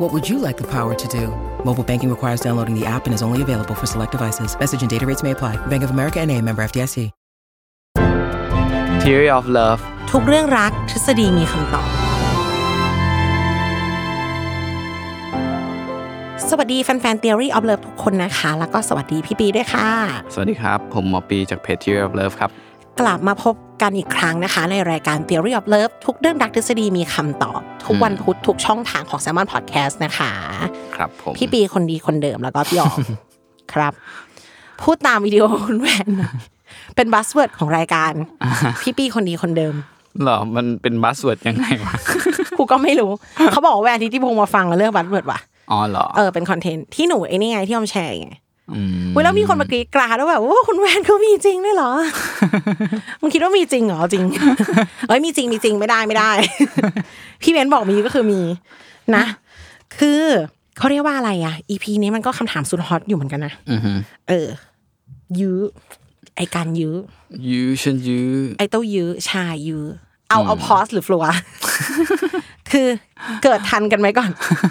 What would you like the power to do? Mobile banking requires downloading the app and is only available for select devices. Message and data rates may apply. Bank of America and a member FDIC. Theory of Love ทุกเรื่องรักทฤษฎีมีคำตอบ สวัสดีแฟนๆ Theory of Love ทุกคนนะคะ แล้วก็สวัสดีพี่ปีด้วยค่ะ สวัสดีครับ ผมหมอปีจากเพจ Theory of Love ครับ กลับมาพบกันอีกครั้งนะคะ ในรายการ Theory of Love ทุกเรื่องรักทฤษฎีมีคำตอบ ทุกวันพุธทุกช่องทางของ s ซ l m o n Podcast นะคะ ครับผม พี่ปีคนดีคนเดิมแล้วก็พี่ออ ม ครับ พูดตามวิดีโอคุณแวนหน่อยเป็นบัสเวิร์ดของรายการ พี่ปีคนดีคนเดิม หรอ มันเป็นบัสเวิร์ดยังไง วะ กูก็ไม่รู้ เขาบอกว่าแวนที่ที่พงมาฟังเรื่องบัสเวิร์ดว่ะ อ๋อเหรอ เออเป็นคอนเทนต์ที่หนูไอ้นี่ไงที่ออมแชร์ไง ม เว้ยแล้วมีคนมากรีดกราดว่าแบบว่าคุณแวนเขามีจริงด้วยเหร อ มึงคิดว่ามีจริงเหรอจริง เอ้ยมีจริงมีจริงไม่ได้ไม่ได้ พี่เบนบอกมีก็คือมีนะ คือเขาเรียกว่าอะไรอ่ะ EP นี้มันก็คำถามสุดฮอตอยู่เหมือนกันนะ อือฮึ เออ ยื้อไอการยื้อ ยูฉันยู ไอเต้ายื้อชายยื้อเอาเอาพอสหรือฟลัว คือเกิดทันกันไหมก่อน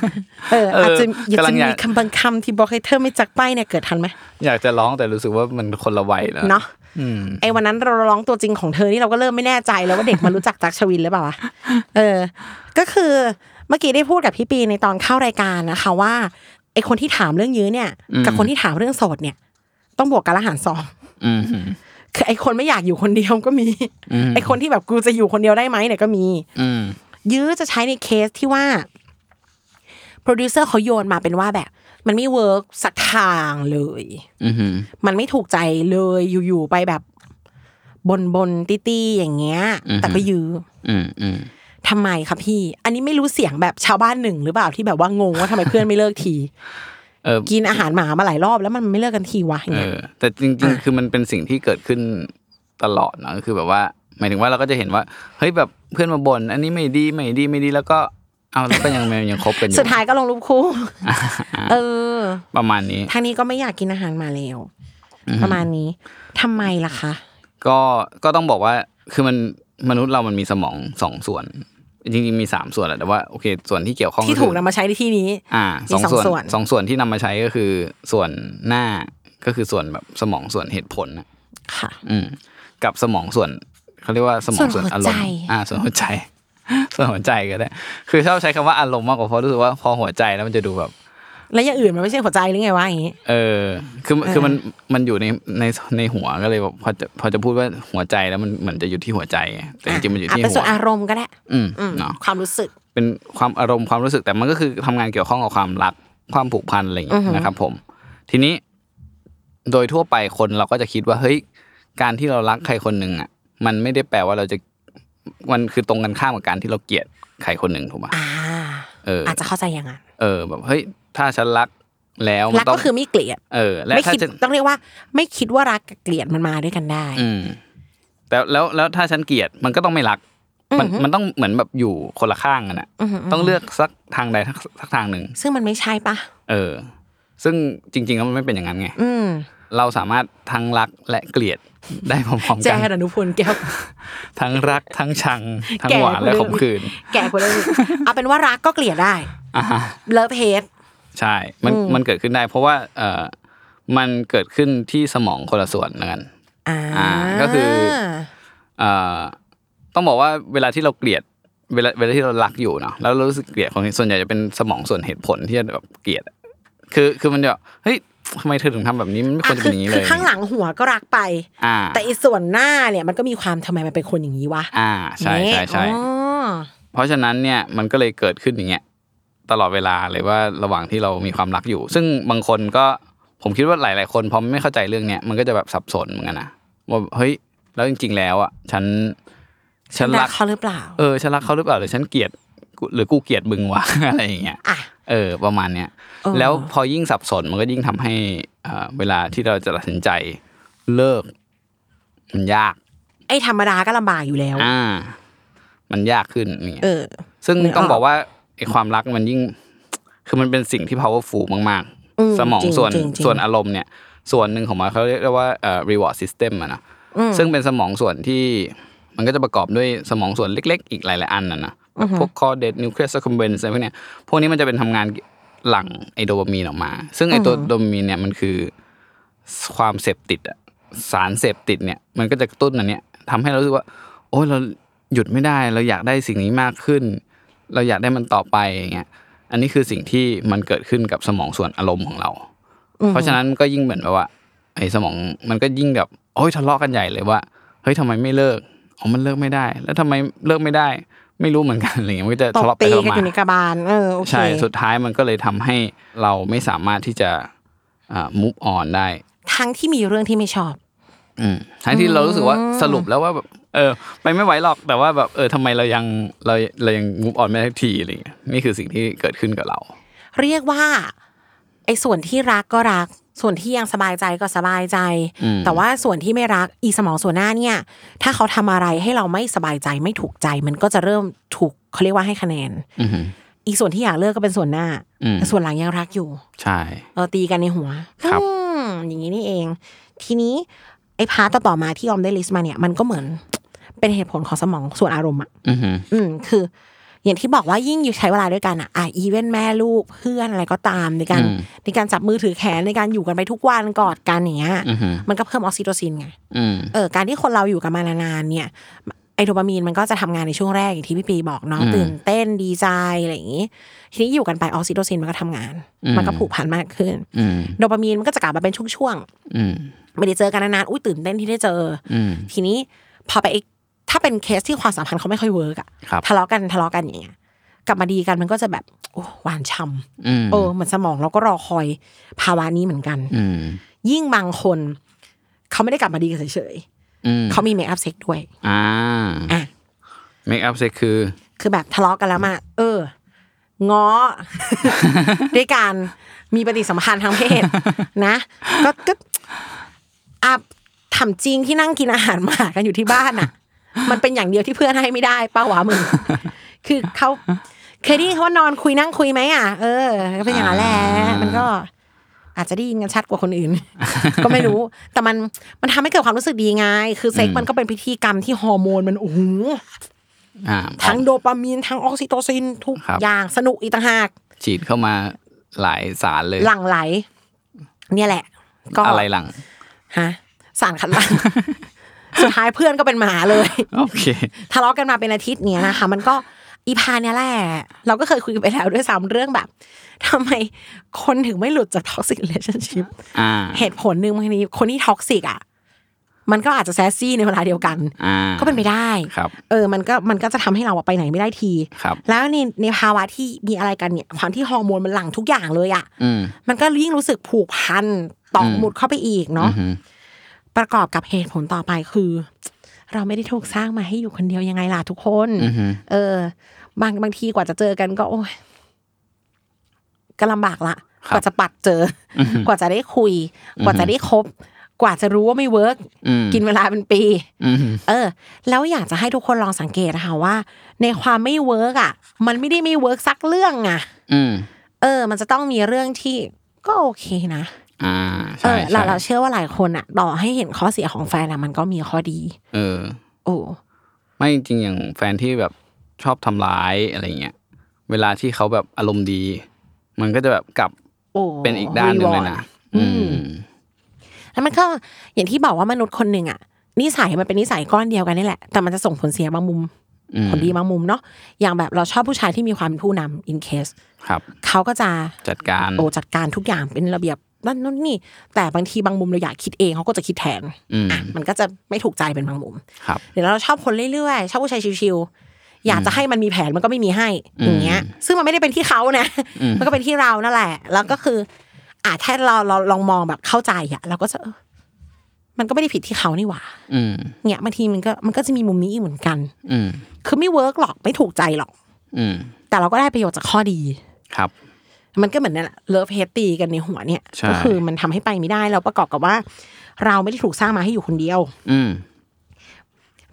เอออาจจะอยากจะมีคำบางคำที่บอกให้เธอไม่จักไปเนี่ยเกิดทันไหม อยากจะร้องแต่รู้สึกว่ามันคนละวัยแล้ว เนาะไอ้วันนั้นเราร้องตัวจริงของเธอนี่เราก็เริ่มไม่แน่ใจแล้วว่าเด็กมารู้จักจักรชวินหรือเปล่าวะเออ ก็คือเมื่อกี้ได้พูดกับพี่ปีในตอนเข้ารายการนะคะว่าไอ้คนที่ถามเรื่องยื้อเนี่ย กับคนที่ถามเรื่องโสดเนี่ย ต้องบวกกันละหารสอง อือฮึ คือไอ้คนไม่อยากอยู่คนเดียวก็มี ไอ้คนที่แบบกูจะอยู่คนเดียวได้ไหมเนี่ยก็มี อืม ยื้อจะใช้ในเคสที่ว่าโปรดิวเซอร์เขาโยนมาเป็นว่าแบบ มันไม่เวิร์กสักทางเลย อือฮึ มันไม่ถูกใจเลยอยู่ๆไปแบบบนบนๆตี้ๆอย่างเงี้ย แต่ก็ยื้อ อืมอืม ทำไมคะพี่ อันนี้ไม่รู้เสียงแบบชาวบ้านหนึ่งหรือเปล่าที่แบบว่างงว่าทำไมเพื่อนไม่เลิกที เออ กินอาหารหมามาหลายรอบแล้วมันไม่เลิกกันทีวะอย่าง เอ เงี้ย อ แต่จริงๆ คือมันเป็นสิ่งที่เกิดขึ้นตลอดเนอะคือแบบว่า หมายถึงว่าเราก็จะเห็นว่า เฮ้ยแบบเพื่อนมาบ่นอันนี้ไม่ดีไม่ดีไม่ดีแล้วก็ เอาแล้วก็ยังยังคบกันอยู่ สุดท้ายก็ลงรูป คู่ เออ ประมาณนี้ ทางนี้ก็ไม่อยากกินอาหารหมาแล้วประมาณนี้ทำไมล่ะคะ ก็ก็ต้องบอกว่าคือมันมนุษย์เรามันมีสมองสองส่วน จริงๆมีสามส่วนแหละแต่ว่าโอเค ส่วนที่เกี่ยวข้อง ที่ คือ ถูกนำมาใช้ในที่นี้ อ่าสอง มีสอง ส่วน ส่วน สองส่วนที่นำมาใช้ก็คือส่วนหน้าก็คือส่วนแบบสมองส่วนเหตุผลนะ ค่ะ อืม กับสมองส่วนเขาเรียกว่าสมอง ส่ ส่ว วน นหัว อารมณ์ ใจ อ่า ส่วนหัวใจ ส่วนหัวใจก็ได้คือชอบใช้คำว่าอารมณ์มากกว่าเพราะรู้สึกว่าพอหัวใจแล้วมันจะดูแบบ แล้วอย่างอื่นมันไม่ใช่หัวใจหรือไงวะอย่างงี้ เออ คือคือมันมันอยู่ในในในหัวก็เลยแบบพอจะพอจะพูดว่าหัวใจแล้วมันเหมือนจะอยู่ที่หัวใจไงแต่จริงๆมันอยู่ที่ ะเป็น หั ส่ว ว นอารมณ์ก็ได้ อืม อืม เนาะ ความรู้สึก เป็นความอารมณ์ความรู้สึกแต่มันก็คือทำงานเกี่ยวข้องกับความรักความผูกพันอะไรอย่างเงี้ยนะครับ ผม ทีนี้ โดยทั่วไปคนเราก็จะคิดว่าเฮ้ยการที่เรารักใครคนหนึ่งอ่ะ มันไม่ได้แปลว่าเราจะมันคือตรงกันข้ามกับการที่เราเกลียดใครคนหนึ่งถูกไหม อ่า เออ อาจจะเข้าใจอย่างนั้น เออ แบบเฮ้ยถ้าฉันรักแล้วมัน รัก ต้ง ก็คือไม่เกลียด เออ และ ไม่ ถ้า คิด จะ ต้องเรียกว่า ไม่คิดว่ารักกับเกลียดมันมาด้วยกันได้ อืม แต่แล้วแล้วถ้าฉันเกลียดมันก็ต้องไม่รัก มันมันต้องเหมือนแบบอยู่คนละข้างกันอ่ะ ต้องเลือกสักทางใดสักสักทางหนึ่ง ซึ่งมันไม่ใช่ปะ เออ ซึ่งจริงๆแล้วมันไม่เป็นอย่างนั้นไง อืม เราสามารถทั้งรักและเกลียด ได้พร้อมๆ แจ้ กัน อนุพลแก้ว ทั้งรักทั้งชัง ทั้ง แก่ หวานและ ก ข ว่าเดิม มขื่น แก่กว่าเดิมเอาเป็นว่ารักก็เกลียดได้ อ่าฮะ เลิฟเฮด ใช่ มันมันเกิดขึ้นได้ เพราะว่าเออมันเกิดขึ้นที่สมองคนละส่วนนะกัน อ่า อ่าก็คือ เอ่อต้องบอกว่าเวลาที่เราเกลียดเวลาเวลาที่เรารักอยู่เนาะแล้วเรารู้สึกเกลียดของส่วนใหญ่จะเป็นสมองส่วนเหตุผลที่จะแบบเกลียด คือคือมันจะแบบเฮ้ยทำไมเธอถึงทำแบบนี้มันไม่ควรจะ คื เป็นอย่างนี้เล คื ย ข้างหลังหัวก็รักไป อ่า แต่อีส่วนหน้าเนี่ยมันก็มีความทำไมมันเป็นคนอย่างนี้วะ อ่าใช่ใช่ใช่ อ๋อ เพราะฉะนั้นเนี่ยมันก็เลยเกิดขึ้นอย่างเงี้ยตลอดเวลาเลยว่าระหว่างที่เรามีความรักอยู่ ซึ่งบางคนก็ผมคิดว่าหลาย ๆ คนพอไม่เข้าใจเรื่องเนี้ยมันก็จะแบบสับสนเหมือนกันนะว่าเฮ้ยแล้วจริง ๆ แล้วอ่ะฉัน ฉั ฉั น น รั รั ก ก เขาหรือเปล่า เออฉันรักเขาหรือเปล่าหรือฉันเกลียดกูหรือกูเกลียดมึงวะ อะไรอย่างเงี้ย อ่ะ เออประมาณเนี้ย เออ แล้วพอยิ่งสับสนมันก็ยิ่งทำให้เอ่อเวลาที่เราจะตัดสินใจเลิก มันยาก ไอ้ธรรมดาก็ลำบากอยู่แล้ว อ่า มันยากขึ้นเนี่ย เออ ซึ่ง นึกออก ต้องบอกว่าไอ้ความรักมันยิ่ง คือมันเป็นสิ่งที่ powerful มาก อืม ๆ สมอง จริง ส่วน จริงจริง ส่วนอารมณ์เนี่ย ส่วนหนึ่งของมันเขาเรียกว่าเอ่อ reward system อะนะซึ่งเป็นสมองส่วนที่มันก็จะประกอบด้วยสมองส่วนเล็ก ๆ อีกหลายๆอันนะนะแบบพวก caudate nucleus accumbens อะไรพวกเนี้ยพวกนี้มันจะเป็นทำงานหลั่งไอโดปามีนออกมา ซึ่งไอตัวโดปามีนเนี่ยมันคือ ความเสพติดอะสารเสพติดเนี่ยมันก็จะกระตุ้นอันเนี้ยทำให้เรารู้สึกว่า โอ้ยเราหยุดไม่ได้ เราอยากได้สิ่งนี้มากขึ้น เราอยากได้มันต่อไปอย่างเงี้ยอันนี้คือสิ่งที่มันเกิดขึ้นกับสมองส่วนอารมณ์ของเรา เพราะฉะนั้นก็ยิ่งเหมือนแบบว่าไอ้สมองมันก็ยิ่งแบบโอ้ยทะเลาะกันใหญ่เลยว่าเฮ้ยทำไมไม่เลิกอ๋อมันเลิกไม่ได้ แล้วทำไมเลิกไม่ได้ ไม่รู้เหมือนกันอะไรเงี้ยมันก็จะ ต ทะ บ เลาะไปทะตีเลาะ กัน มา อยู่ในกระบาล เออ โอเค ใช่สุดท้ายมันก็เลยทำให้เราไม่สามารถที่จะมุฟออนได้ ทั้งที่มีเรื่องที่ไม่ชอบ อืมทั้งที่เรารู้สึกว่าสรุปแล้วว่าแบบเออ ไปไม่ไหวหรอกแต่ว่าแบบเออทำไมเรายังเราเรายังมุฟออนไม่ได้สักทีอะไรเงี้ยนี่คือสิ่งที่เกิดขึ้นกับเรา เรียกว่า ไอ้ส่วนที่รักก็รัก ส่วนที่ยังสบายใจก็สบายใจ แต่ว่าส่วนที่ไม่รักอีสมองส่วนหน้าเนี่ย ถ้าเขาทำอะไรให้เราไม่สบายใจไม่ถูกใจ มันก็จะเริ่มถูกเขาเรียกว่าให้คะแนน อือหือ อีส่วนที่อยากเลิกก็เป็นส่วนหน้า อืม แต่ส่วนหลังยังรักอยู่ ใช่ เราตีกันในหัว ครับ อืมอย่างนี้นี่เอง ทีนี้ไอ้พาร์ตต่อๆมาที่ออมได้ลิสต์มาเนี่ย มันก็เหมือน เป็นเหตุผลของสมองส่วนอารมณ์อ่ะ อือหือ อืมคือ อย่างที่บอกว่ายิ่งอยู่ใช้เวลาด้วยกันอ่ะอ่ะอีเวนแม่ลูกเพื่อนอะไรก็ตามในการ อืม ในการจับมือถือแขนในการอยู่กันไปทุกวันกอดกันอย่างเงี้ย อือหือ มันก็เพิ่มออกซิโตซินไง อืม เออการที่คนเราอยู่กันมานานๆเนี่ยไอโดปามีนมันก็จะทำงานในช่วงแรกอย่างที่พี่ปีบอกเนาะ อืม ตื่นเต้นดีใจอะไรอย่างงี้ ทีนี้อยู่กันไปออกซิโตซินมันก็ทำงาน อืม มันก็ผูกพันมากขึ้น อืม โดปามีนมันก็จะกลับมาเป็นช่วง อืม ๆ ไม่ได้เจอกันนานๆ อุ้ยตื่นเต้นที่ได้เจออ อืม ทีนี้พอไปอีกถ้าเป็นเคสที่ความสัมพันธ์เขาไม่ค่อยเวิร์กอะ ครับ ทะเลาะกันทะเลาะกันอย่างเงี้ย กลับมาดีกันมันก็จะแบบโอ้หวานช่ อืม ำเออเหมือนสมองเราก็รอคอยภาวะนี้เหมือนกัน อืม ยิ่งบางคนเขาไม่ได้กลับมาดีกันเฉย อืม ๆเขามีเมคอัพเซ็กด้วย อ่า อ่ะ เมคอัพเซ็กคือ คือแบบทะเลาะกันแล้วมา เออ ง้อ ด้วยการมีปฏิสัมพันธ์ทางเพศ นะ ก็ก็อ่ะถามจริงที่นั่งกินอาหารหมากันอยู่ที่บ้านอ่ะ มันเป็นอย่างเดียวที่เพื่อนให้ไม่ได้ป้าวะมึง คือเขาเคยได้ยินเขาว่านอนคุยนั่งคุยไหมอ่ะ เออก็เป็นอย่างนั้นแหละมันก็ อาจจะได้ยินกันชัดกว่าคน อื่น ก็ไม่รู้ แต่มันมันทำให้เกิดความรู้สึกดีไง คือเซ็กมันก็เป็นพิธีกรรมที่ฮอร์โมนมันโอ้โห อ่า ทั้งโดปามีนทั้งออกซิโตซินทุก ครับ อย่างสนุกอีกต่างหาก ฉีดเข้ามาหลายสารเลย หลั่งไหล เนี่ยแหละ ก็ อะไรหลัง ฮะสารคัดหลัง สุดท้ายเพื่อนก็เป็นหมาเลย โอเค ทะเลาะกันมาเป็นอาทิตย์เนี้ยนะคะ มันก็อีพาเนี่ยแหละเราก็เคยคุยกันไปแล้วด้วยซ้ำเรื่องแบบทำไมคนถึงไม่หลุดจากท็อกซิกเลชั่นชิพ อ่า เหตุผลหนึ่งบางทีคนที่ท็อกซิกอ่ะมันก็อาจจะแซสซี่ในเวลาเดียวกัน อ่า ก็เป็นไปได้ ครับ เออ มันก็มันก็จะทำให้เราอะไปไหนไม่ได้ที ครับ แล้วในในภาวะที่มีอะไรกันเนี่ย ความที่ฮอร์โมนมันหลั่งทุกอย่างเลยอะ อืม มันก็ยิ่งรู้สึกผูกพันตอกหมุดเข้าไปอีกเนาะ อือหือ ประกอบกับเหตุผลต่อไปคือ เราไม่ได้ถูกสร้างมาให้อยู่คนเดียวยังไงล่ะทุกคน อือหือ เออ บางบางทีกว่าจะเจอกันก็ โอ้ยก็ลำบากละ ครั ก บ ว่าจะปัดเจออ ม กว่าจะได้คุย กว่าจะได้คบ กว่าจะรู้ว่าไม่เวิร์ก อืม กินเวลาเป็นปี อืม เออ แล้วอยากจะให้ทุกคนลองสังเกตนะคะว่า ในความไม่เวิร์กอ่ะ มันไม่ได้ไม่เวิร์กสักเรื่องอ่ะ อืม เออ มันจะต้องมีเรื่องที่ก็โอเคนะ อ่า เอ ใช่ อเรา ใช่ เราเชื่อว่าหลายคนอ่ะต่อให้เห็นข้อเสียของแฟนอะมันก็มีข้อดี เออ โอ้ ไม่จริงๆอย่างแฟนที่แบบชอบทำร้ายอะไรเงี้ยเวลาที่เขาแบบอารมณ์ดี มันก็จะแบบกลับ โอ้ เป็นอีกด้านหนึ่งเลย รีวอร์ นะ ด อืม แล้วมันก็อย่างที่บอกว่ามนุษย์คนหนึ่งอ่ะนิสัยมันเป็นนิสัยก้อนเดียวกันนี่แหละแต่มันจะส่งผลเสียบางมุม อืม ผลดีบางมุมเนาะอย่างแบบเราชอบผู้ชายที่มีความเป็นผู้นำ in case ครับ เขาก็จะ จัดการ โอจัดการทุกอย่างเป็นระเบียบนั่นนู่นนี่ แต่บางทีบางมุมเราอยากคิดเองเขาก็จะคิดแทน อืม อ่ะมันก็จะไม่ถูกใจเป็นบางมุม ครับ หรือเราชอบคนเรื่อยๆ ชอบผู้ชายชิวๆ อยากจะให้มันมีแผนมันก็ไม่มีให้ อย่างเงี้ย ซึ่งมันไม่ได้เป็นที่เขานะ มันก็เป็นที่เรานั่นแหละ แล้วก็คืออ่ะถ้าเราเราลองมองแบบเข้าใจอะเราก็จะเออมันก็ไม่ได้ผิดที่เขานี่หว่า อืม เนี่ยบางทีมันก็มันก็จะมีมุมนี้อีกเหมือนกัน อืม คือไม่เวิร์กหรอกไม่ถูกใจหรอก อืม แต่เราก็ได้ประโยชน์จากข้อดี ครับ มันก็เหมือนนั่นแหละเลิฟเฮตตีกันในหัวเนี่ย ใช่ ก็คือมันทำให้ไปไม่ได้เราประกอบกับว่า เราไม่ได้ถูกสร้างมาให้อยู่คนเดียว อืม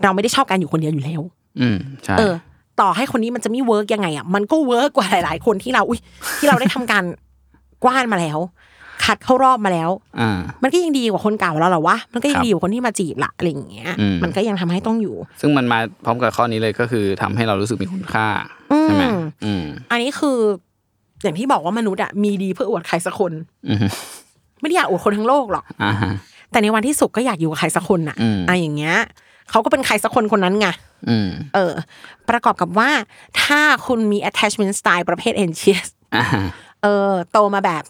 เราไม่ได้ชอบการอยู่คนเดียวอยู่แล้ว อืมใช่ เออ ต่อให้คนนี้มันจะไม่เวิร์กยังไงอ่ะ มันก็เวิร์กกว่าหลาย ๆ คนที่เรา อุ้ย ที่เราได้ทำการ กว้านมาแล้ว ขัดเข้ารอบมาแล้ว อ่า มันก็ยังดีกว่าคนเก่าเราเหรอวะ มันก็ยั ค ง รับ ดีกว่าคนที่มาจีบละอะไรอย่างเงี้ย อืม มันก็ยังทำให้ต้องอยู่ ซึ่งมันมาพร้อมกับข้อนี้เลยก็คือทำให้เรารู้สึกมีคุณค่า อืม ใช่ไหมอืม อันนี้คือ อย่างที่บอกว่ามนุษย์อ่ะมีดีเพื่ออวดใครสักคน อืม ไม่ได้อยากอวดคนทั้งโลกหรอก อ่าฮะ แต่ในวันที่สุขก็อยากอยู่กับใครสักคนน่ะ อืม อ่ะอย่างเงี้ยเขาก็เป็นใครสักคนคนนั้นไง อืม เออ ประกอบกับว่า ถ้าคุณมี attachment style ประเภท anxious อ่าฮะ เออโตมาแบบ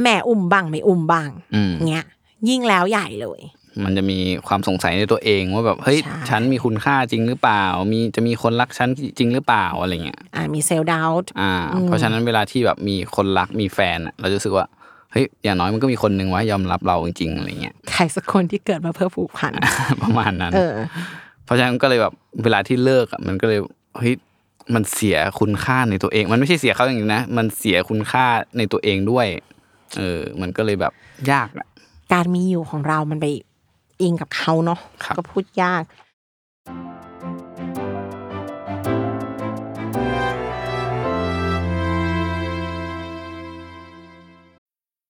แหม่อุ่มบังไม่อุ่มบัง อืม เงี้ย ยิ่งแล้วใหญ่เลย มันจะมีความสงสัยในตัวเองว่าแบบเฮ้ย ใช่ ฉันมีคุณค่าจริงหรือเปล่า มีจะมีคนรักฉันจริงหรือเปล่าอะไรเงี้ย อ่ามีเซลล์ดาวต์ อ่า เพราะฉะนั้นเวลาที่แบบมีคนรักมีแฟนอะเราจะรู้สึกว่าเฮ้ยอย่างน้อยมันก็มีคนหนึ่งว่ายอมรับเราจริงๆอะไรเงี้ย ใครสักคนที่เกิดมาเพื่อผูกพัน ประมาณนั้น เออ เพราะฉะนั้นก็เลยแบบเวลาที่เลิกอะมันก็เลยเฮ้ยมันเสียคุณค่าในตัวเอง มันไม่ใช่เสียเขาอย่างนี้นะมันเสียคุณค่าในตัวเองด้วย เออ มันก็เลยแบบยากอะ การมีอยู่ของเรามันไปอิงกับเขาเนาะ ครับ ก็พูดยาก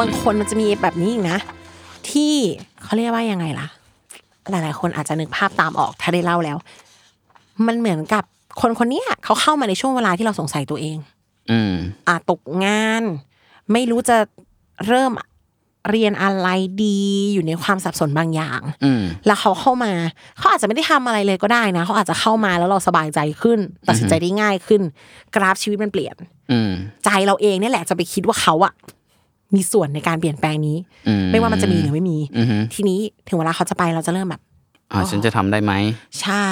บางคนมันจะมีแบบนี้อีกนะ ที่เขาเรียกว่ายังไงล่ะ หลาย ๆ คนอาจจะนึกภาพตามออกถ้าได้เล่าแล้ว มันเหมือนกับคนคนเนี้ยเขาเข้ามาในช่วงเวลาที่เราสงสัยตัวเอง อืม อ่ะตกงาน ไม่รู้จะเริ่มเรียนอะไรดีอยู่ในความสับสนบางอย่าง อืม แล้วเขาเข้ามา เขาอาจจะไม่ได้ทำอะไรเลยก็ได้นะ เขาอาจจะเข้ามาแล้วเราสบายใจขึ้น ตัดสินใจได้ง่ายขึ้น กราฟชีวิตมันเปลี่ยน อืม ใจเราเองเนี่ยแหละจะไปคิดว่าเขาอะมีส่วนในการเปลี่ยนแปลงนี้ อืม ไม่ว่ามันจะมีหรือไม่มี อืม ทีนี้ถึงเวลาเขาจะไปเราจะเริ่มแบบ อ่าฉันจะทำได้ไหม ใช่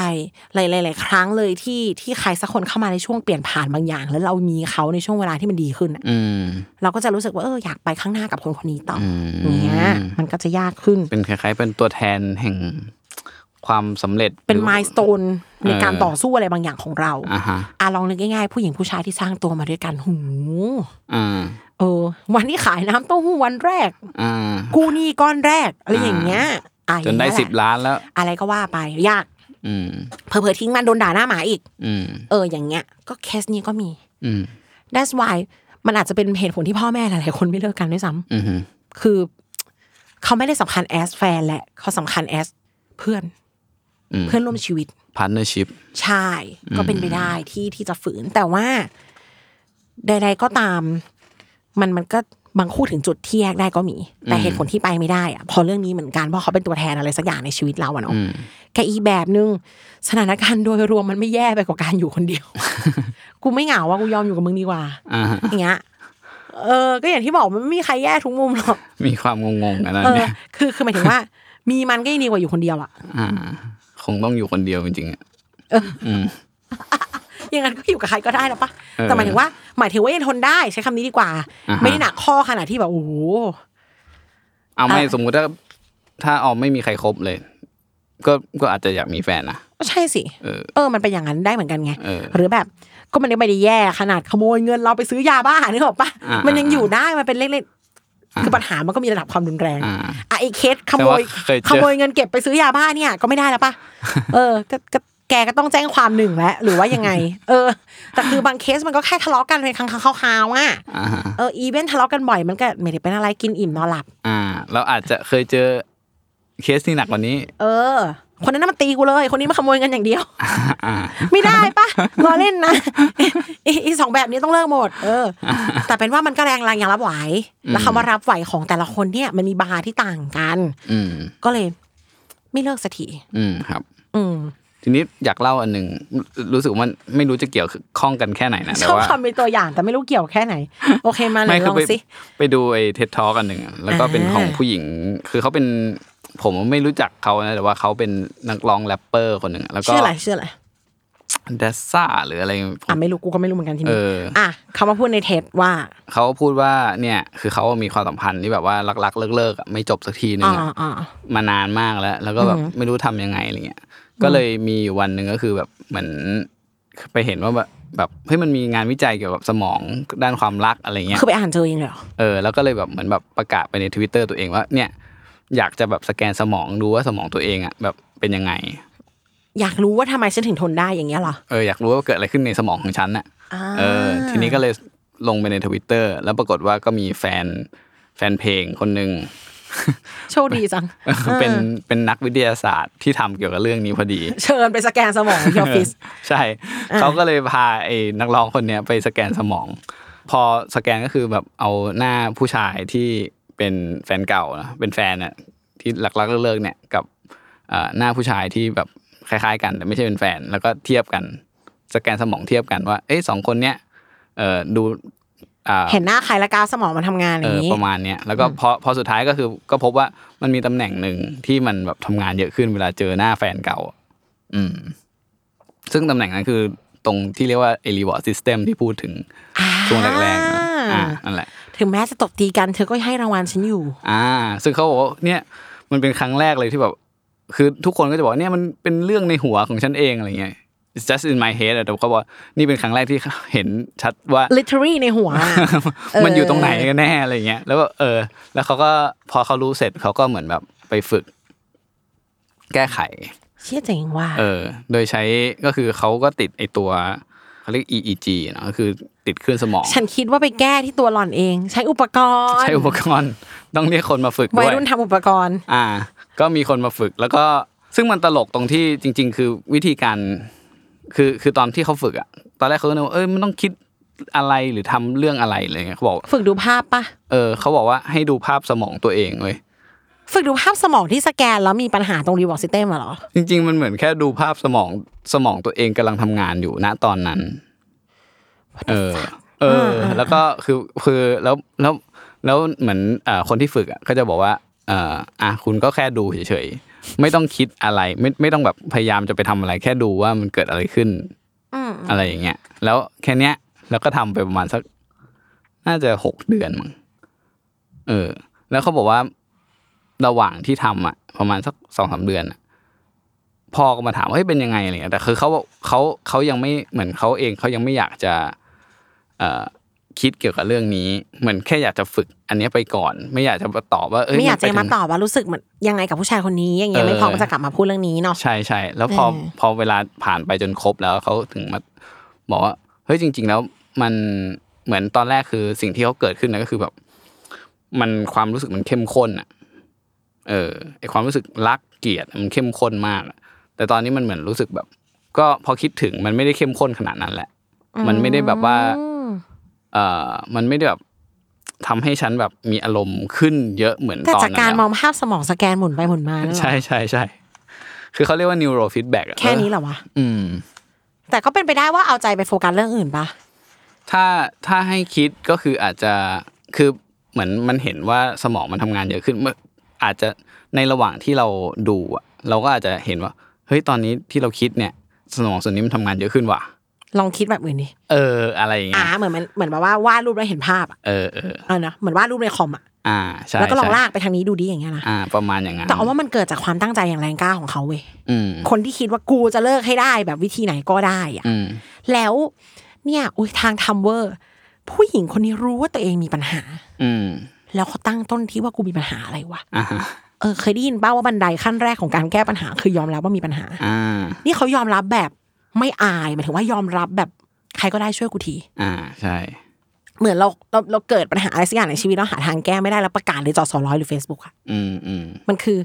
หลายๆหลายครั้งเลยที่ที่ใครสักคนเข้ามาในช่วงเปลี่ยนผ่านบางอย่าง แล้วเรามีเขาในช่วงเวลาที่มันดีขึ้นอะ อืม เราก็จะรู้สึกว่าเอออยากไปข้างหน้ากับคนคนนี้ต่ออ ม อย่างเงี้ยมันก็จะยากขึ้น เป็นคล้ายๆ เป็นตัวแทนแห่งความสำเร็จ เป็หนรือ มายสเตนในการ เออ ต่อสู้อะไรบางอย่างของเรา อ่าฮะ อ่ะลองนึกง่ายๆผู้หญิงผู้ชายที่สร้างตัวมาด้วยกันหู อ่า เออ วันที่ขายน้ำเต้าหู้วันแรก อ่า กู้หนี้ก้อนแรกอะไรอย่างเงี้ยอ่ะ จนได้ อย่งเงี้ยแหละ สิบล้านแล้ว อะไรก็ว่าไปยาก อืม เผลอๆทิ้งมันโดนด่าหน้าหมาอีก อืม เอออย่างเงี้ย ก็เคสนี้ก็มี อืม that's why มันอาจจะเป็นเหตุผลที่พ่อแม่หลายๆคนไม่เลิกกันด้วยซ้ำ อืม คือ เขาไม่ได้สำคัญแอสแฟนแหละเขาสำคัญแอสเพื่อน อืม เพื่อนร่วมชีวิต พาร์ทเนอร์ชิพ ใช่ก็เป็นไปได้ที่ที่จะฝืน แต่ว่า ใด ๆ ก็ตาม มันมันก็บางคู่ถึงจุดที่แยกได้ก็มี แต่เหตุผลที่ไปไม่ได้อะพอเรื่องนี้เหมือนกันเพราะเขาเป็นตัวแทนอะไรสักอย่างในชีวิตเราอะเนาะแค่อีกแบบนึงสถานการณ์โดยรวมมันไม่แย่ไปกว่าการอยู่คนเดียว กูไม่เหงาว่ากูยอมอยู่กับมึงดีกว่า อ่าฮะ อย่างเงี้ย เออ ก็อย่างที่บอกมันไม่มีใครแย่ทุกมุมหรอก มีความงงๆอันนั้น เออ เนี่ย คือคือหมายถึงว่า มีมันก็ยังดีกว่าอยู่คนเดียวอ่ะ อ่า คงต้องอยู่คนเดียวจริงๆอะ อย่างนั้นก็อยู่กับใครก็ได้แล้วปะ เออ แต่หมายถึงว่า หมายถึงว่ายังทนได้ใช้คำนี้ดีกว่า อ่าฮะ ไม่ได้หนักข้อขนาดที่แบบโอ้โห เอาไม่ อ่ะ สมมุติถ้าถ้าออมไม่มีใครคบเลย ก็ก็อาจจะอยากมีแฟนนะ ก็ใช่สิ เออ เออ มันเป็นอย่างนั้นได้เหมือนกันไง เออ หรือแบบ ก็มันไม่ได้แย่ขนาดขโมยเงินเราไปซื้อยาบ้านึกออกปะ อ่ามั มันยังอยู่ได้ มันเป็นเล็กๆ คือปัญหามันก็มีระดับความรุนแรง อ่า อ่ะไอ้เคสข แต่ โม ว่าย เคยเจอ ขโมยเงินเก็บไปซื้อยาบ้าเนี่ย ก็ไม่ได้แล้วปะ เออก็ก็แกก็ต้องแจ้งความหนึ่งแล้วหรือว่ายังไง เออ แต่คือบางเคสมันก็แค่ทะเลาะกันเป็นครั้งๆคราวๆอ่ะ อ่าฮะ เอออีเวนต์ทะเลาะกันบ่อยมันก็ไม่ได้เป็นอะไรกินอิ่มนอนหลับ อ่าเราอาจจะเคยเจอเคสที่หนักกว่านี้ เออ คนนั้นนะมันตีกูเลย คนนี้มาขโมยเงินอย่างเดียว อ่า ไม่ได้ ปะรอเล่นนะ อีอีสองแบบนี้ต้องเลิกหมด เออ แต่เป็นว่ามันก็แรงแรงอย่างรับไหว แล้วคำว่ารับไหวของแต่ละคนเนี่ย มันมีบาร์ที่ต่างกัน อืม ก็เลย ไม่เลิกสักที อืมครับ อืม ทีนี้อยากเล่าอันหนึ่งรู้รู้สึกว่ามันไม่รู้จะเกี่ยวข้องกันแค่ไหน นะ ช แต่ อบ ว่า คำเป็นตัวอย่างแต่ไม่รู้เกี่ยวแค่ไหน โอเคมาเล ไม่ ย คื ล อ อง ไป สิ ไปดูไอ้เท็ดทอกันหนึ่งอะแล้วก็เป็น อ่า ของผู้หญิง คือเขาเป็นผมไม่รู้จักเขานะแต่ว่าเขาเป็นนักร้องแรปเปอร์คนหนึ่งอะแล้วก็ ชื่ออะไรชื่ออะไร เดซซ่าหรืออะไรผม อ่ะไม่รู้กูก็ไม่รู้เหมือนกันที เอ นี้ อ อ่ะเขามาพูดในเทสว่า เขาพูดว่าเนี่ยคือเขามีความสัมพันธ์ที่แบบว่ารักๆเลิกๆอะไม่จบสักทีนึ อ่าง อะ อ่า มานานมากแล้ว แล้วก็แบบไม่รู้ทำยังไงอะไรเงี้ยก็เลยมีอยู่วันหนึ่งก็คือแบบเหมือนไปเห็นว่าแบบแบบเฮ้ยมันมีงานวิจัยเกี่ยวกับสมองด้านความรักอะไรเงี้ย คือไปอ่านเจอเองเลยเหรอ เออแล้วก็เลยแบบเหมือนแบบประกาศไปในทวิตเตอร์ตัวเองว่าเนี่ยอยากจะแบบสแกนสมองดูว่าสมองตัวเองอ่ะแบบเป็นยังไง อยากรู้ว่าทำไมฉันถึงทนได้อย่างเงี้ยเหรอ เอออยากรู้ว่าเกิดอะไรขึ้นในสมองของฉันน่ะ อ่า เออทีนี้ก็เลยลงไปในทวิตเตอร์แล้วปรากฏว่าก็มีแฟนแฟนเพลงคนหนึ่ง โชคดีจัง เป็นเป็นนักวิทยาศาสตร์ที่ทำเกี่ยวกับเรื่องนี้พอดี เชิญไปสแกนสมองที่ออฟฟิศ ใช่ เขาก็เลยพาไอ้นักร้องคนเนี้ยไปสแกนสมอง พอสแกนก็คือแบบเอาหน้าผู้ชายที่เป็นแฟนเก่านะเป็นแฟนน่ะที่หลักๆเลิกๆเนี่ยกับเอ่อหน้าผู้ชายที่แบบคล้ายๆ กันแต่ไม่ใช่เป็นแฟนแล้วก็เทียบกัน สแกนสมองเทียบกันว่าเอ้ยสองคนเนี้ยเอ่อดูอ่า เห็นหน้าใครและกาวสมองมันทำงานอ เอย่าง อ นี้ ประมาณเนี้ยแล้วก็พอพอสุดท้ายก็คือก็พบว่ามันมีตำแหน่งหนึ่งที่มันแบบทำงานเยอะขึ้นเวลาเจอหน้าแฟนเก่าอ่ะอืม ซึ่งตำแหน่งนั้นคือตรงที่เรียกว่าเอลิวอร์ซิสเต็มที่พูดถึงช่วงแรกๆนะอ่านั่นแหละ ถึงแม้จะตบตีกันเธอก็ให้รางวัลฉันอยู่ อ่า ซึ่งเขาบอกว่าเนี่ยมันเป็นครั้งแรกเลยที่แบบ คือทุกคนก็จะบอกว่าเนี่ยมันเป็นเรื่องในหัวของฉันเองอะไรเงี้ย It's just in my head อะแต่เขาบอกว่านี่เป็นครั้งแรกที่เห็นชัดว่า literary ในหัว มันอยู่ตรงไหนกันแน่อะไรเงี้ย แล้วก็เออ แล้วเขาก็พอเขารู้เสร็จเขาก็เหมือนแบบไปฝึก แก้ไข เชี่ยเจ๋งว่ะ เออ โดยใช้ก็คือเขาก็ติดไอตัวเขาเรียก EEG เนอะก็คือติดคลื่นสมอง ฉันคิดว่าไปแก้ที่ตัวหล่อนเอง ใช้อุปกรณ์ ใช้อุปกรณ์ ต้องเรียกคนมาฝึก วัย ด้วย รุ่นทำอุปกรณ์ อ่า ก็มีคนมาฝึก แล้วก็ซึ่งมันตลกตรงที่จริง ๆ คือวิธีการ คือคือตอนที่เขาฝึกอะตอนแรกเขาก็นึกว่าเอ้ยมันต้องคิดอะไรหรือทำเรื่องอะไรอะไรเงี้ยเขาบอก ฝึกดูภาพปะ เออเขาบอกว่าให้ดูภาพสมองตัวเองเว้ย ฝึกดูภาพสมองที่สแกนแล้วมีปัญหาตรงรีวอร์ดซิสเต็มเหรอ จริงๆ มันเหมือนแค่ดูภาพสมองสมองตัวเองกำลังทำงานอยู่ณตอนนั้น เออ เออ แล้วก็คือคือแล้วแล้วแล้วเหมือนเอ่อคนที่ฝึกอะก็จะบอกว่าเอ่ออ่ะคุณก็แค่ดูเฉยๆ ไม่ต้องคิดอะไร ไม่ไม่ต้องแบบพยายามจะไปทำอะไร แค่ดูว่ามันเกิดอะไรขึ้นอะไรอย่างเงี้ยแล้วแค่เนี้ยแล้วก็ทำไปประมาณสัก น่าจะหกเดือนมั้งเออ แล้วเขาบอกว่าระหว่างที่ทำอ่ะ ประมาณสักสองสามเดือนอะ พ่อก็มาถามว่าเฮ้ยเป็นยังไงอะไรเงี้ยแต่คือเขาเขาเขายังไม่เหมือนเขาเองเขายังไม่อยากจะเอ่อคิดเกี่ยวกับเรื่องนี้ เหมือนแค่อยากจะฝึกอันเนี้ยไปก่อน ไม่อยากจะมาตอบว่าเอ้ย ไม่อยากจะ นป มา ถึง ตอบว่ารู้สึกเหมือนยังไงกับผู้ชายคนนี้อย่างเงี้ย เออ ไม่พร้อมจะกลับมาพูดเรื่องนี้เนาะ ใช่ใช่แล้วพอ เออ พอเวลาผ่านไปจนครบแล้วเขาถึงมาบอกว่าเฮ้ยจริง ๆ แล้วมันเหมือนตอนแรกคือสิ่งที่เขาเกิดขึ้นนะก็คือแบบ มันความรู้สึกมันเข้มข้นอ่ะ เออไอความรู้สึกรักเกลียดมันเข้มข้นมากอะแต่ตอนนี้มันเหมือนรู้สึกแบบ ก็พอคิดถึงมันไม่ได้เข้มข้นขนาดนั้นแหละ มันไม่ได้แบบว่า เออมันไม่ได้แบบทำให้ฉันแบบมีอารมณ์ขึ้นเยอะเหมือน แต่ ตอน จาก นั้น การ แล้ว มองภาพสมองสแกนหมุนไปหมุนมานั่นเหรอ ใช่ใช่ใช่ คือเขาเรียกว่า neuro feedback อะ แค่นี้เหรอวะ อืม แต่ก็เป็นไปได้ว่าเอาใจไปโฟกัสเรื่องอื่นปะ ถ้าถ้าให้คิดก็คืออาจจะคือเหมือนมันเห็นว่าสมองมันทำงานเยอะขึ้นเมื่ออาจจะในระหว่างที่เราดูอะเราก็อาจจะเห็นว่าเฮ้ยตอนนี้ที่เราคิดเนี่ยสมองส่วนนี้มันทำงานเยอะขึ้นว่ะ ลองคิดแบบอื่นดิ เอออะไรอย่างเงี้ อ่าย เหมือนมันเหมือนแบบว่าวาดรูปแล้วเห็นภาพอะ เออเออ เออเนอะเหมือนวาดรูปในคอมอ่ะ อ่าใช่ แล้วก็ลอง ใช่ ลากไปทางนี้ดูดิอย่างเงี้ยนะ อ่า ประมาณอย่างนั้น แต่เอาว่ามันเกิดจากความตั้งใจอย่างแรงกล้าของเขาเว้ย อืม คนที่คิดว่ากูจะเลิกให้ได้แบบวิธีไหนก็ได้อ่ะ อืม แล้วเนี่ยอุ้ยทางทัมเวอร์ ผู้หญิงคนนี้รู้ว่าตัวเองมีปัญหา อืม แล้วเขาตั้งต้นที่ว่ากูมีปัญหาอะไรวะ อ่าฮะ เออเคยได้ยินเป้าว่าบันไดขั้นแรกของการแก้ปัญหา คือยอมรับว่ามีปัญหา อ่า นี่เขายอมรับแบบไม่อายหมายถึงว่ายอมรับแบบใครก็ได้ช่วยกูที อ่าใช่ เหมือนเราเราเราเกิดปัญหาอะไรสักอย่างในชีวิตเราหาทางแก้ไม่ได้แล้วประกาศในจอสอร้อยหรือ Facebook อะ อืมอืม มันคือ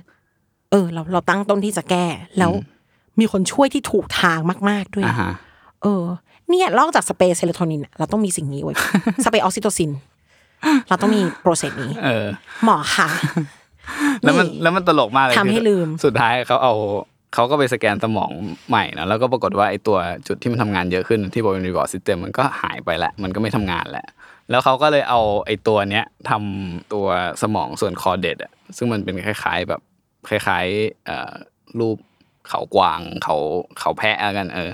เออ เราเราตั้งต้นที่จะแก้แล้วมีคนช่วยที่ถูกทางมาก ๆด้วย อ่าฮะ เออ เนี่ยนอกจากสเปรย์เซโรโทนินอะเราต้องมีสิ่งนี้ เว้ย สเปรย์ออกซิโตซิน เราต้องมีโปรเซสนี้ เออ หมอค่ะ แล้วมันแล้วมันตลกมากเลย ทำให้ คือ ลืม สุดท้ายเขาเอาเขาก็ไปสแกนสมองใหม่นะแล้วก็ปรากฏว่าไอ้ตัวจุดที่มันทำงานเยอะขึ้นที่บอกเป็นรีวอร์ดซิสเต็มมันก็หายไปแหละมันก็ไม่ทำงานแหละแล้วเขาก็เลยเอาไอ้ตัวเนี้ยทำตัวสมองส่วนคอเด็ดอะซึ่งมันเป็นคล้าย ๆแบบคล้ายๆเอ่อรูปเขากวางเขาเขาแพะกันเออ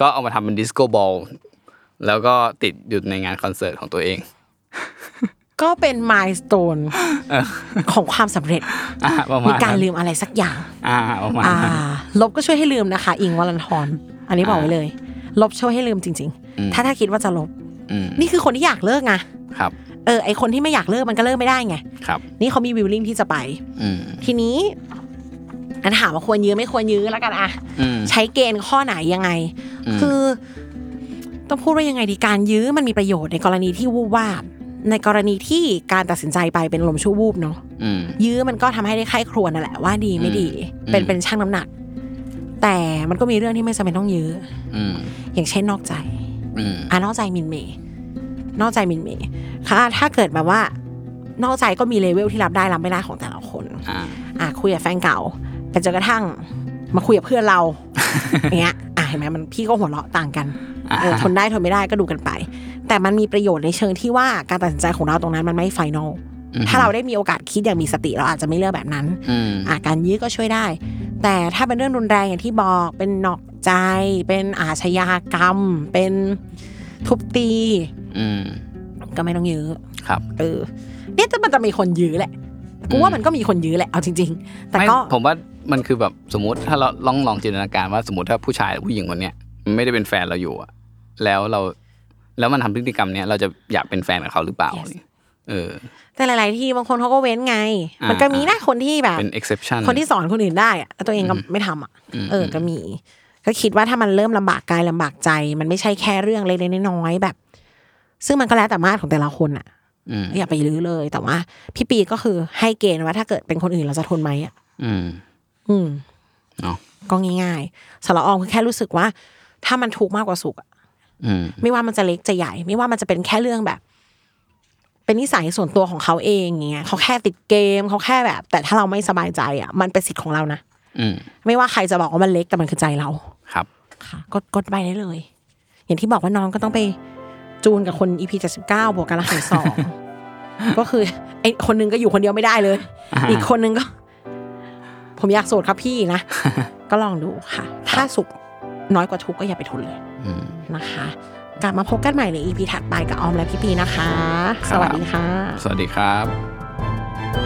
ก็เอามาทำเป็นดิสโก้บอลแล้วก็ติดอยู่ในงานคอนเสิร์ตของตัวเอง ก็เป็นมายสเต นของความสำเร็จ อ่ะประ มี มาณ การ นั้น ลืมอะไรสักอย่าง อ่าประมาณ อ่า นั้น ลบก็ช่วยให้ลืมนะคะ อิงวลันทรอันนี้บอกไว้เลย ลบช่วยให้ลืมจริง อืม ๆ ถ้าถ้าคิดว่าจะลบ อืม นี่คือคนที่อยากเลิกไง ครับ เออไอคนที่ไม่อยากเลิกมันก็เลิกไม่ได้ไง ครับ นี่เขามีวิลลิ่งที่จะไป อืม ทีนี้ อันถามว่าควรยื้อไม่ควรยื้อแล้วกันอะ อืม ใช้เกณฑ์ข้อไหนยังไง อืม คือ ต้องพูดว่ายังไงดีการยื้อมันมีประโยชน์ในกรณีที่วูบวาบ ในกรณีที่การตัดสินใจไปเป็นลมชั่ววูบเนาะ อืม ยื้อมันก็ทำให้ได้ไข้ครวญนั่นแหละว่าดีไม่ดี อืม เป็นเป็นช่างน้ำหนัก แต่มันก็มีเรื่องที่ไม่จำเป็นต้องยื้อ อืม อย่างเช่นนอกใจ อืม อ่ะนอกใจมินเมย์นอกใจมินเมย์ค่ะ ถ้าเกิดแบบว่า นอกใจก็มีเลเวลที่รับได้รับไม่ได้ของแต่ละคน อ่า อ่ะคุยกับแฟนเก่าไปจนกระทั่ง มาคุยกับเพื่อนเรา อย่างเงี้ยอ่ะเห็นไหมมันพี่ก็หัวเราะต่างกันเออทนได้ทนไม่ได้ก็ดูกันไป แต่มันมีประโยชน์ในเชิงที่ว่าการตัดสินใจของเราตรงนั้นมันไม่ไฟนอล อือฮึ ถ้าเราได้มีโอกาสคิดอย่างมีสติเราอาจจะไม่เลือกแบบนั้น อืม อ่ะการยื้อก็ช่วยได้ แต่ถ้าเป็นเรื่องรุนแรงอย่างที่บอกเป็นนอกใจ เป็นอาชญากรรม เป็นทุบตี อืม ก็ไม่ต้องยื้อ ครับ เออ เนี่ยแต่มันจะมีคนยื้อแหละกูว่ามันก็มีคนยื้อแหละเอาจริง ๆ แต่ ไม่ ก็ ผมว่ามันคือแบบสมมติถ้าเราลองลองจินตนาการว่าสมมติถ้าผู้ชายหรือผู้หญิงคนเนี้ยไม่ได้เป็นแฟนเราอยู่อะแล้วเรา แล้วมันทำพฤติกรรมเนี้ยเราจะอยากเป็นแฟนกับเขาหรือเปล่า Yes เออ แต่หลาย ๆ ที่บางคนเขาก็เว้นไง อ่ามั มันก็มีนะคนที่แบบ เป็น exception คนที่สอนคนอื่นได้อะแต่ตัวเองก็ไม่ทำอ่ะ เออ ก็มี ก็คิดว่าถ้ามันเริ่มลำบากกายลำบากใจ มันไม่ใช่แค่เรื่องเล็กๆน้อยๆแบบ ซึ่งมันก็แล้วแต่มาตรของแต่ละคนอ่ะ อืม อย่าไปรื้อเลย แต่ว่า พี่ปีก็คือให้เกณฑ์ว่าถ้าเกิดเป็นคนอื่นเราจะทนไหมอ่ะ อืม อืม เนาะ ก็ง่ายๆสำหรับออมคือแค่รู้สึกว่า ถ้ามันทุกข์มากกว่าสุขอะ อืม ไม่ว่ามันจะเล็กจะใหญ่ ไม่ว่ามันจะเป็นแค่เรื่องแบบ เป็นนิสัยส่วนตัวของเขาเองอย่างเงี้ยเขาแค่ติดเกมเขาแค่แบบ แต่ถ้าเราไม่สบายใจอ่ะ มันเป็นสิทธิ์ของเรานะ อืม ไม่ว่าใครจะบอกว่ามันเล็กแต่มันคือใจเรา ครับ ค่ะกดกดไปได้เลย อย่างที่บอกว่าน้องก็ต้องไปจูนกับคน EP 79บวกกันละหารสอง ก็คือไอคนหนึงก็อยู่คนเดียวไม่ได้เลย อีกคนหนึงก็ ผมอยากโสดครับพี่ นะ ก็ลองดูค่ะ ถ้าสุขน้อยกว่าทุกข์ก็อย่าไปทนเลย อืม นะคะ กลับมาพบกันใหม่ใน EP ถัดไปกับออมและพี่ปีนะคะ ค ส รับ วัสดีค่ะ สวัสดีครับ